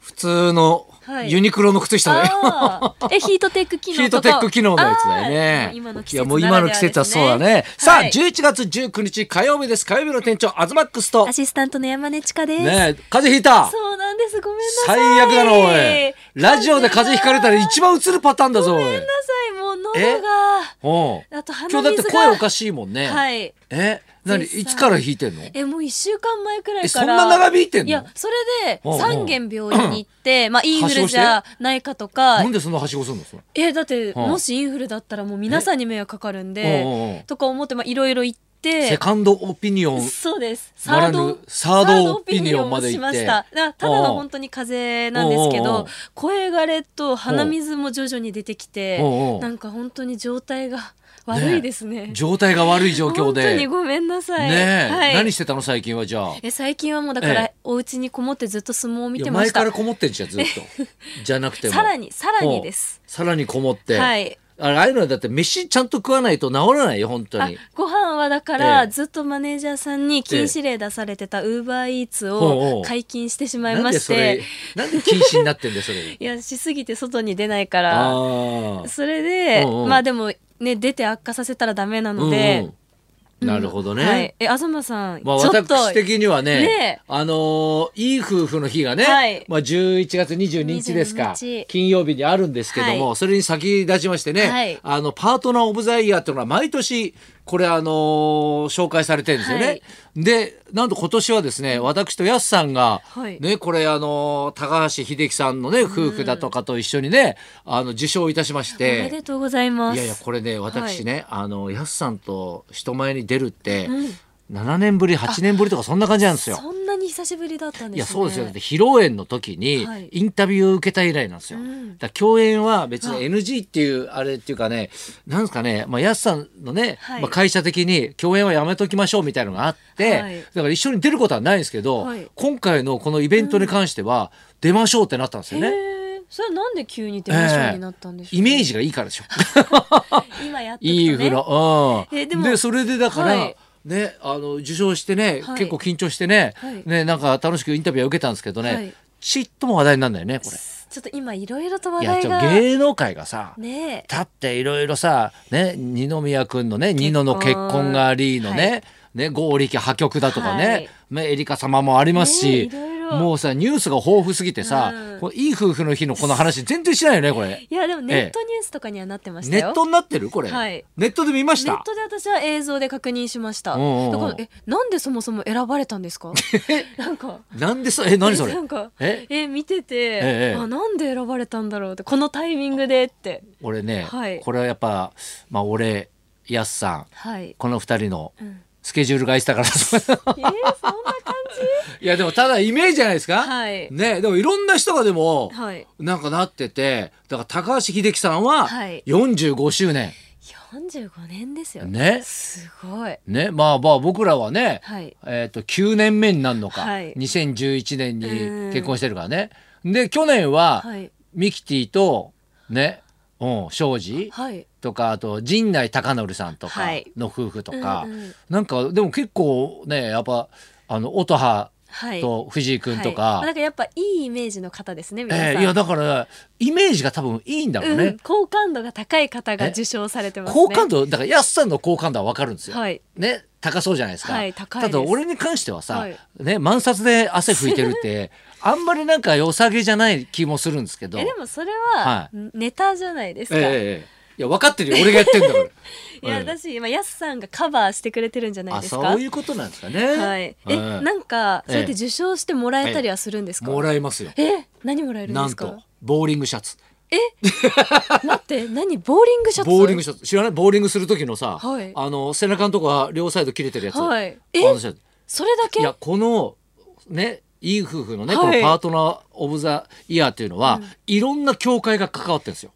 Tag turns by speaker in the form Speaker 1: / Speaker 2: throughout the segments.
Speaker 1: 普通の
Speaker 2: はい
Speaker 1: ユニクロの靴下だ よ、
Speaker 2: あーえヒートテック機能
Speaker 1: ヒートテック機能のやつだよ
Speaker 2: あー
Speaker 1: ね
Speaker 2: 今の。季節
Speaker 1: いや、もう今の季節はそうだ
Speaker 2: ならでは
Speaker 1: ね
Speaker 2: です。ね
Speaker 1: さあ、
Speaker 2: はい
Speaker 1: 11月19日火曜日です。火曜日の店長、アズマックスと。
Speaker 2: ア
Speaker 1: ね
Speaker 2: シスタントの山根千佳です、
Speaker 1: え、風邪ひいた。
Speaker 2: そうなんですごめんなさい
Speaker 1: 最悪だろ、おい。ラジオで風邪ひかれたら一番映るパターンだぞ、おい。
Speaker 2: ごめんなさいもう喉が
Speaker 1: おう
Speaker 2: あと鼻水
Speaker 1: 今
Speaker 2: が
Speaker 1: 日だって声おかしいもんね。
Speaker 2: はい
Speaker 1: え、なに、
Speaker 2: 絶賛
Speaker 1: いつから弾いてんの
Speaker 2: えもう一週間前くら
Speaker 1: え、
Speaker 2: い
Speaker 1: そ
Speaker 2: か
Speaker 1: ん
Speaker 2: ら
Speaker 1: な長引いてん
Speaker 2: いや
Speaker 1: の
Speaker 2: それで
Speaker 1: おうおう
Speaker 2: 3軒病院に 行ってまあインフルじゃないかとか
Speaker 1: なんでそんなはしごするのそれ
Speaker 2: えだって
Speaker 1: うん
Speaker 2: もしインフルだったらもう皆さんに迷惑かかるん
Speaker 1: おうおうお
Speaker 2: で
Speaker 1: う
Speaker 2: とか思ってまあいろいろ行って
Speaker 1: セカンドオピニオン。
Speaker 2: そうです
Speaker 1: な
Speaker 2: サ
Speaker 1: らぬ
Speaker 2: ード
Speaker 1: サードオピニオンまで行って
Speaker 2: しましただからただの本当に風邪なんですけ
Speaker 1: おうおうおう
Speaker 2: ど声がれと鼻水も徐々に出てきて
Speaker 1: おうおう
Speaker 2: なんか本当に状態が悪いですね
Speaker 1: 状態が悪い状況で。
Speaker 2: 本当にごめんなさい
Speaker 1: ねえ、
Speaker 2: はい
Speaker 1: 何してたの最近はじゃあ。
Speaker 2: え最近はもうだから
Speaker 1: え
Speaker 2: お家にこもってずっと相撲を見
Speaker 1: い
Speaker 2: て
Speaker 1: や
Speaker 2: ま
Speaker 1: 前
Speaker 2: した
Speaker 1: からこもってんじゃんずっと。じゃなくても。
Speaker 2: さらにさらにです
Speaker 1: うん。さらにこもって。
Speaker 2: はい
Speaker 1: あれああいうのはだって飯ちゃんと食わないと治らないよ本当
Speaker 2: あ
Speaker 1: に。
Speaker 2: ご飯はだか
Speaker 1: ええ
Speaker 2: らずっとマネージャーさんに禁止令出されてたウーバーイーツ
Speaker 1: ほうほ
Speaker 2: を
Speaker 1: う
Speaker 2: 解禁してしまい
Speaker 1: なん
Speaker 2: ま
Speaker 1: で
Speaker 2: し
Speaker 1: それ
Speaker 2: て
Speaker 1: なんで禁止になってんだよそれ。
Speaker 2: いやしすぎて外に出ないから
Speaker 1: ああ。
Speaker 2: それで、
Speaker 1: うんうん
Speaker 2: まあでもね出て悪化させたらダメなので、
Speaker 1: うんうんなるほどね。
Speaker 2: はい、え東さん、
Speaker 1: まあ、
Speaker 2: ちょっと
Speaker 1: 私的にはね
Speaker 2: ねえ
Speaker 1: あのーいい夫婦の日がね、
Speaker 2: はい
Speaker 1: まあ、11月22日ですか
Speaker 2: 22日
Speaker 1: 金曜日にあるんですけども、
Speaker 2: は
Speaker 1: それに先立ちましてね、
Speaker 2: はい
Speaker 1: あのパートナー・オブ・ザ・イヤーっていうのが毎年これ、あのー紹介されてるんですよね。
Speaker 2: はい
Speaker 1: でなんと今年はですね私とやすさんが、
Speaker 2: はい
Speaker 1: ね、これ、あのー高橋英樹さんのね夫婦だとかと一緒にね、あの受賞いたしまし
Speaker 2: お
Speaker 1: て。
Speaker 2: めでとうございます。
Speaker 1: いやいやこれね私ね、あのやすさんと人前に出るって、7年ぶり8年ぶりとかそんな感じなんですよ。
Speaker 2: そんなに久しぶりだったんですね。
Speaker 1: いやそうですよだって披露宴の時に
Speaker 2: はい
Speaker 1: インタビューを受けた以来なんですよ。
Speaker 2: うん
Speaker 1: だから共演は別に NG っていうあれっていうかねなんですかね、まあ、やすさんのね、
Speaker 2: はい
Speaker 1: まあ、会社的に共演はやめときましょうみたいなのがあって、
Speaker 2: はい
Speaker 1: だから一緒に出ることはないんですけど、
Speaker 2: はい
Speaker 1: 今回のこのイベントに関しては出ましょうってなったんですよね。
Speaker 2: へえそれはなんで急に出ましょうになったんでしょう、
Speaker 1: イメージがいいからでしょ。
Speaker 2: 今やっとくと、ね、
Speaker 1: いい風呂。うん。
Speaker 2: え
Speaker 1: で
Speaker 2: でも
Speaker 1: それでだから、
Speaker 2: はい
Speaker 1: ね、あの受賞してね、
Speaker 2: はい
Speaker 1: 結構緊張してね、
Speaker 2: はい
Speaker 1: ね、なんか楽しくインタビューは受けたんですけどね、
Speaker 2: はい
Speaker 1: ちっとも話題になんだよね、これ。
Speaker 2: ちょっと今いろいろと話
Speaker 1: いや、
Speaker 2: 題
Speaker 1: ちょ
Speaker 2: が
Speaker 1: 芸能界がさ、
Speaker 2: ね
Speaker 1: だっていろいろさ、ね、二宮君のね、二野の結婚がありのね、
Speaker 2: は
Speaker 1: ね、剛力破局だとかね、
Speaker 2: はい
Speaker 1: ね、エリカ様もあります
Speaker 2: ね
Speaker 1: し、
Speaker 2: いろいろ
Speaker 1: もうさ、ニュースが豊富すぎてさ、
Speaker 2: うん
Speaker 1: これいい夫婦の日のこの話全然しないよね、これ。
Speaker 2: いやでもネットニュースとかにはなってました
Speaker 1: ネ
Speaker 2: よ。
Speaker 1: ットになってるこれ、
Speaker 2: はい
Speaker 1: ネットで見まし
Speaker 2: ネ
Speaker 1: た
Speaker 2: ットで私は映像で確認しました。
Speaker 1: うんうんうん
Speaker 2: だからえなんでそもそも選ばれたんですか？ なんか
Speaker 1: なんでそ え何それ
Speaker 2: えなんか
Speaker 1: え
Speaker 2: え見てて、
Speaker 1: ええ
Speaker 2: あなんで選ばれたんだろうってこのタイミングでって
Speaker 1: 俺ね、
Speaker 2: はい
Speaker 1: これはやっぱまあ俺やすさん
Speaker 2: はい。
Speaker 1: この二人の
Speaker 2: うん、
Speaker 1: スケジュールがいしたから
Speaker 2: えー、そんな感
Speaker 1: いやでもただイメージじゃないですか、
Speaker 2: はい
Speaker 1: ねでもいろんな人がでも、
Speaker 2: じ？はい。
Speaker 1: なんかなっててだから高橋英樹さんは
Speaker 2: はい
Speaker 1: 45周年、
Speaker 2: 四十五年ですよ。
Speaker 1: ね
Speaker 2: すごい。
Speaker 1: ねまあまあ僕らはね、
Speaker 2: はい。
Speaker 1: えっと9年目になるのか、
Speaker 2: はい
Speaker 1: 2011年に
Speaker 2: うん
Speaker 1: 結婚してるからねで去年は
Speaker 2: はい。
Speaker 1: ミキティとねうん庄司
Speaker 2: はい。
Speaker 1: とかあと陣内孝則さんとか
Speaker 2: はい
Speaker 1: の夫婦とか、
Speaker 2: うんうん
Speaker 1: なんかでも結構ねやっぱあの音羽
Speaker 2: はい。
Speaker 1: と藤井君とか、
Speaker 2: はいまあなんかやっぱいいイメージの方ですね皆さん。
Speaker 1: えーいやだからイメージが多分いいんだろう
Speaker 2: うん
Speaker 1: ね。、
Speaker 2: 好感度が高い方が受賞されてますね。
Speaker 1: 好感度だから安さんの好感度はわかるんですよ。
Speaker 2: はい。
Speaker 1: ね高そうじゃないですか。
Speaker 2: はい高いです
Speaker 1: ただ俺に関してはさ、
Speaker 2: はい
Speaker 1: ね満札で汗拭いてるって あんまりなんか良さげじゃない気もするんですけど。
Speaker 2: えでもそれ
Speaker 1: は
Speaker 2: はネタじゃないです
Speaker 1: え
Speaker 2: か。
Speaker 1: えええいや分かって るよ俺がやってんだから。
Speaker 2: いや
Speaker 1: うん
Speaker 2: 私今やすさんがカバーしてくれてるんじゃない
Speaker 1: あ
Speaker 2: です
Speaker 1: そ
Speaker 2: か
Speaker 1: うい。うことなんですかね。
Speaker 2: はい。え
Speaker 1: うん
Speaker 2: なんか
Speaker 1: ええ
Speaker 2: そうやって受賞してもらえたりはするんですか。
Speaker 1: もらいますよ。
Speaker 2: え何もらえるん
Speaker 1: な
Speaker 2: で
Speaker 1: ん
Speaker 2: す
Speaker 1: と
Speaker 2: か。
Speaker 1: ボーリングシャツ。
Speaker 2: 待って何ボーリングシャツ。
Speaker 1: ボーリングシャツ知らないボーリングする時のさ、
Speaker 2: はい
Speaker 1: あの背中のとこが両サイド切れてるやつ。
Speaker 2: はい。え
Speaker 1: あのシャツ
Speaker 2: それだけ
Speaker 1: い。やこのねいい夫婦のね、
Speaker 2: はい
Speaker 1: このパートナー・オブ・ザ・イヤーっていうのは、いろんな協会が関わってるんですよ。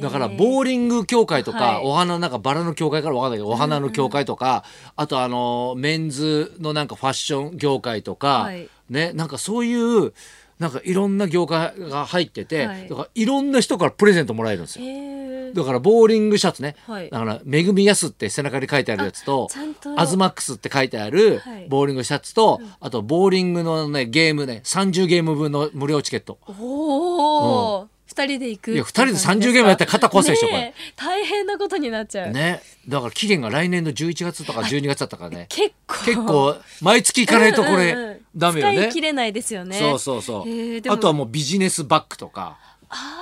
Speaker 1: だからボ
Speaker 2: ー
Speaker 1: ーリング協会とか、
Speaker 2: はい
Speaker 1: お花なんかバラの協会からわかんないけどお花の協会とか、あとあのメンズのなんかファッション業界とか、
Speaker 2: はい
Speaker 1: ねなんかそういうなんかいろんな業界が入ってて、
Speaker 2: はい
Speaker 1: だからいろんな人からプレゼントもらえるんですよ。
Speaker 2: え
Speaker 1: だからボーリングシャツね、
Speaker 2: はい
Speaker 1: だから「めぐみやす」って背中に書いてあるやつと
Speaker 2: あちゃんと
Speaker 1: アズマックス」って書いてある
Speaker 2: はい
Speaker 1: ボーリングシャツと、あとボーリングの、ね、ゲームね30ゲーム分の無料チケット
Speaker 2: おお、二人で行く
Speaker 1: いや二人で30ゲームやったら肩壊すでしょこれ
Speaker 2: ねえ大変なことになっちゃう、
Speaker 1: ねだから期限が来年の11月とか12月だったからね
Speaker 2: 結構
Speaker 1: 結構毎月行かないとこれ
Speaker 2: うんうんうん
Speaker 1: ダメよね。
Speaker 2: 使い切れないですよね
Speaker 1: そうそうそう、
Speaker 2: へーでも
Speaker 1: あとはもうビジネスバッグとか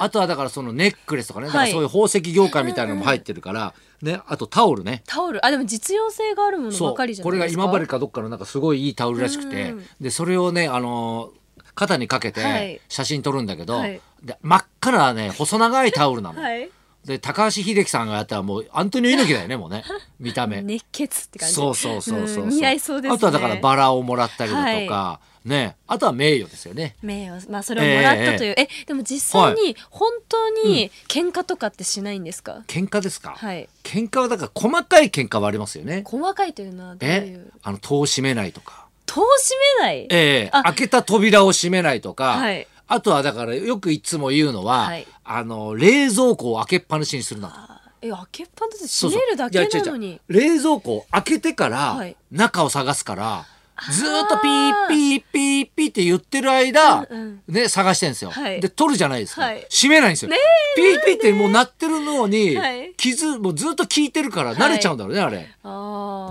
Speaker 1: あとはだからそのネックレスとかね、だからそういう宝石業界みたいなのも入ってるから、ね、あとタオルね
Speaker 2: タオルあでも実用性があるもの
Speaker 1: そ
Speaker 2: ば
Speaker 1: う
Speaker 2: かりじゃ
Speaker 1: こ
Speaker 2: な
Speaker 1: れ
Speaker 2: い
Speaker 1: が
Speaker 2: ですか
Speaker 1: 今治かどっかのなんかすごいいいタオルらしくて、
Speaker 2: うん
Speaker 1: でそれをね、あのー肩にかけ
Speaker 2: はい
Speaker 1: て写真撮るんだけど、
Speaker 2: はい
Speaker 1: で真っ赤なね細長いタオルなの。
Speaker 2: はい
Speaker 1: で高橋英樹さんがやったらもうアントニオ猪木だよね もうね見た目。
Speaker 2: 熱血って感じ
Speaker 1: そうそうそうそうそう、
Speaker 2: ん似合いそうですね
Speaker 1: あとはだからバラをもらったりだとか、ねあとは名誉ですよね。
Speaker 2: 名誉まあそれをもらったというえでも実際に本当に喧嘩とかってしないんですか、
Speaker 1: 喧嘩ですか、
Speaker 2: はい
Speaker 1: 喧嘩はだから細かい喧嘩はありますよね。
Speaker 2: 細かいというのはどうい
Speaker 1: え
Speaker 2: う
Speaker 1: あの戸を閉めないとか、
Speaker 2: 戸を閉めない
Speaker 1: ええ
Speaker 2: あ
Speaker 1: 開けた扉を閉めないとか、
Speaker 2: はい
Speaker 1: あとはだからよくいつも言うのは、
Speaker 2: はい
Speaker 1: あの冷蔵庫を開けっぱなしにするなと。
Speaker 2: あえ開けっぱなし
Speaker 1: そ
Speaker 2: 閉
Speaker 1: うそう
Speaker 2: めるだけ
Speaker 1: いや
Speaker 2: な
Speaker 1: 違う
Speaker 2: の
Speaker 1: 違
Speaker 2: に
Speaker 1: う冷蔵庫を開けてか
Speaker 2: は
Speaker 1: ら
Speaker 2: い
Speaker 1: 中を探すから、ずーっと
Speaker 2: あー
Speaker 1: ピーピーピーピーって言ってる間、
Speaker 2: うん
Speaker 1: ね探してんですよ、
Speaker 2: はい
Speaker 1: で取るじゃないですか、
Speaker 2: はい
Speaker 1: 閉めないんですよ、ピーピーってもう鳴ってるのに、
Speaker 2: はい
Speaker 1: 傷もうずっと聞いてるから慣れちゃうんだろうね、あれ。
Speaker 2: あ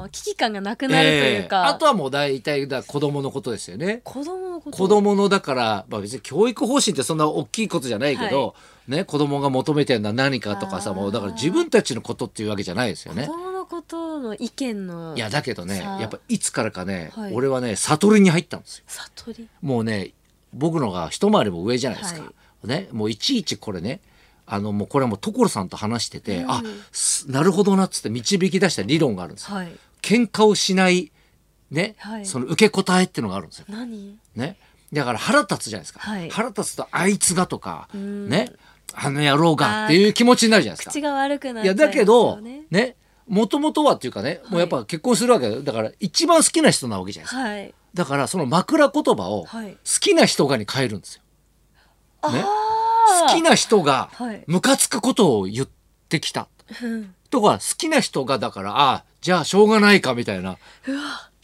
Speaker 2: ー危機感がなくなるという
Speaker 1: え
Speaker 2: か、
Speaker 1: えあとはもう大体だ子供のことですよね。
Speaker 2: 子供のこと
Speaker 1: 子供のだから、まあ、別に教育方針ってそんな大きいことじゃないけど、ね、子供が求めてるのは何かとかさ
Speaker 2: あー
Speaker 1: もうだから自分たちのことっていうわけじゃないですよ
Speaker 2: 子
Speaker 1: ね。
Speaker 2: 供のことの意見の
Speaker 1: いやだけどね
Speaker 2: さあ
Speaker 1: やっぱいつからかね、
Speaker 2: はい
Speaker 1: 俺はね悟りに入ったんですよ。
Speaker 2: 悟り
Speaker 1: もうね僕のが一回りも上じゃないですか。
Speaker 2: は
Speaker 1: ね、もういちいちこれねあのもうこれはもう所さんと話してて、
Speaker 2: うん
Speaker 1: あすなるほどなっつって導き出した理論があるんですよ。
Speaker 2: はい
Speaker 1: 喧嘩をしない、ね
Speaker 2: はい
Speaker 1: その受け答えっていうのがあるんですよ。
Speaker 2: 何
Speaker 1: ね、だから腹立つじゃないですか、
Speaker 2: はい
Speaker 1: 腹立つとあいつがとか、
Speaker 2: ん
Speaker 1: ね、あの野郎がっていう気持ちになるじゃないです
Speaker 2: 口
Speaker 1: か。
Speaker 2: が悪くなっ
Speaker 1: い
Speaker 2: ちゃ
Speaker 1: や
Speaker 2: いますよ
Speaker 1: だけど
Speaker 2: ね
Speaker 1: ねもともとはっていうかね、もうやっぱ結婚するわけだよだから一番好きな人なわけじゃないですか
Speaker 2: はい
Speaker 1: だからその枕言葉を好
Speaker 2: はい
Speaker 1: きな人がに変えるんですよ。
Speaker 2: あ
Speaker 1: ね
Speaker 2: あ
Speaker 1: 好きな人が
Speaker 2: はい
Speaker 1: ムカつくことを言ってきた
Speaker 2: うん
Speaker 1: とか好きな人がだからああじゃあしょうがないかみたいな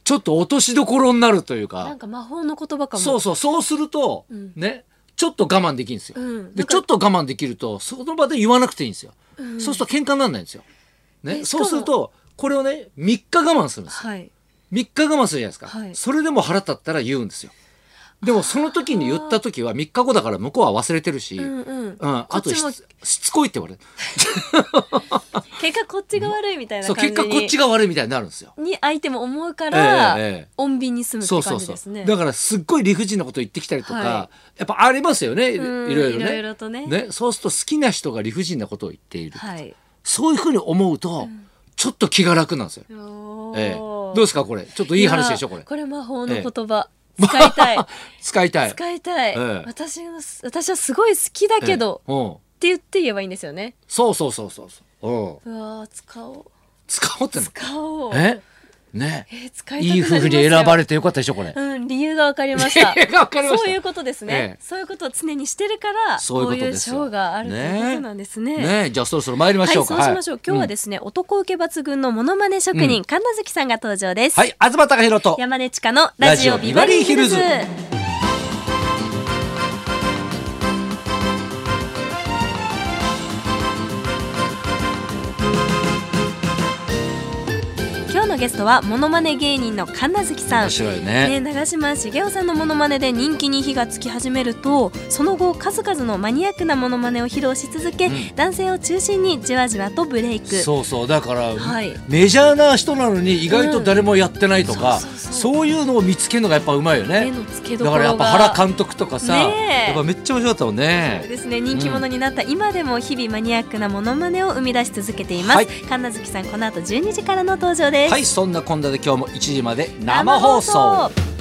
Speaker 1: ちょっと落としどころになるというか
Speaker 2: なんか魔法の言葉かも
Speaker 1: そうそうそうすると、
Speaker 2: うん
Speaker 1: ねちょっと我慢できるんですよ、
Speaker 2: うん
Speaker 1: で
Speaker 2: なんか
Speaker 1: ちょっと我慢できるとその場で言わなくていいんですよ、
Speaker 2: うん
Speaker 1: そうすると喧嘩にならないんですよ、ね、
Speaker 2: えしか
Speaker 1: そ
Speaker 2: も
Speaker 1: うするとこれをね3日我慢するんですよ
Speaker 2: はい
Speaker 1: 3日我慢するじゃないですか、
Speaker 2: はい
Speaker 1: それでも腹立ったら言うんですよでもその時に言った時は3日後だから向こうは忘れてるし、
Speaker 2: う
Speaker 1: うん
Speaker 2: んうん、こ
Speaker 1: あ
Speaker 2: っ
Speaker 1: と
Speaker 2: ち
Speaker 1: し
Speaker 2: も
Speaker 1: つしつこいって言われる
Speaker 2: 結果こっちが悪いみたいな
Speaker 1: そう
Speaker 2: 感じ
Speaker 1: 結
Speaker 2: に
Speaker 1: 果こっちが悪いみたいになるんですよ
Speaker 2: に相手も思うから、
Speaker 1: ええええ
Speaker 2: 穏便に済むっ
Speaker 1: そうそ
Speaker 2: て感
Speaker 1: う
Speaker 2: じ
Speaker 1: そ
Speaker 2: です
Speaker 1: う、
Speaker 2: ね
Speaker 1: だからすっごい理不尽なこと言ってきたりとか、
Speaker 2: は
Speaker 1: やっぱありますよねいい
Speaker 2: うん
Speaker 1: ろいろね
Speaker 2: いろいろとね
Speaker 1: そうすると好きな人が理不尽なことを言っている、
Speaker 2: はい
Speaker 1: そういうふうに思うと、ちょっと気が楽なんですよ、
Speaker 2: おー
Speaker 1: ええ、どうですかこれちょっといい話でしょこれ
Speaker 2: やこれ魔法の言葉、使いたい
Speaker 1: 使いたい
Speaker 2: 使いたい、
Speaker 1: ええ
Speaker 2: 私の私はすごい好きだけど、
Speaker 1: ええうん
Speaker 2: って言って言えばいいんですよね
Speaker 1: そうそうそうそうそう、うん、
Speaker 2: うわー使おう
Speaker 1: 使おうっての
Speaker 2: 使おう
Speaker 1: えね
Speaker 2: えー使いたくない
Speaker 1: い
Speaker 2: ります
Speaker 1: 夫
Speaker 2: よ
Speaker 1: 婦に選ばれてよかったでしょこれ、
Speaker 2: うん、理由が分かりまし た。
Speaker 1: 理由が分かりました
Speaker 2: そういうことですね
Speaker 1: ええ。
Speaker 2: そういうことを常にしてるから、
Speaker 1: そういうことですよ
Speaker 2: こういう賞があるということなんですね。
Speaker 1: ねじゃあそろそろ参りま
Speaker 2: はい、
Speaker 1: し
Speaker 2: そ
Speaker 1: ょ
Speaker 2: う
Speaker 1: うか、、
Speaker 2: しましょう。今日はですすね、男受け抜群のモノマネ職人、神奈月さんが登場です。
Speaker 1: うんはい東貴博と
Speaker 2: 山根千佳のラジオビバリーヒルズ。
Speaker 1: ラジ
Speaker 2: 今日のゲストはモノマネ芸人の神奈月さん
Speaker 1: 面。白い
Speaker 2: ね、長嶋茂雄さんのモノマネで人気に火がつき始めるとその後数々のマニアックなモノマネを披露し続け、
Speaker 1: うん
Speaker 2: 男性を中心にじわじわとブレイク
Speaker 1: そうそうだから、
Speaker 2: はい
Speaker 1: メジャーな人なのに意外と誰もやってないとか、
Speaker 2: うんそ
Speaker 1: そうう
Speaker 2: そうそう
Speaker 1: いうのを見つけるのがやっぱうまいよ
Speaker 2: 目
Speaker 1: ね
Speaker 2: の付けど
Speaker 1: だ
Speaker 2: こ
Speaker 1: からや
Speaker 2: ろ
Speaker 1: っぱ
Speaker 2: が
Speaker 1: 原監督とかさ、
Speaker 2: ねえ
Speaker 1: やっぱめっちゃ面白かったもん
Speaker 2: そう
Speaker 1: ね
Speaker 2: ですね人気者になった今でも日々マニアックなモノマネを生み出し続けています、
Speaker 1: はい
Speaker 2: 神奈月さんこの後12時からの登場です、
Speaker 1: はいそんなこんなで今日も1時まで生放送
Speaker 2: 生放送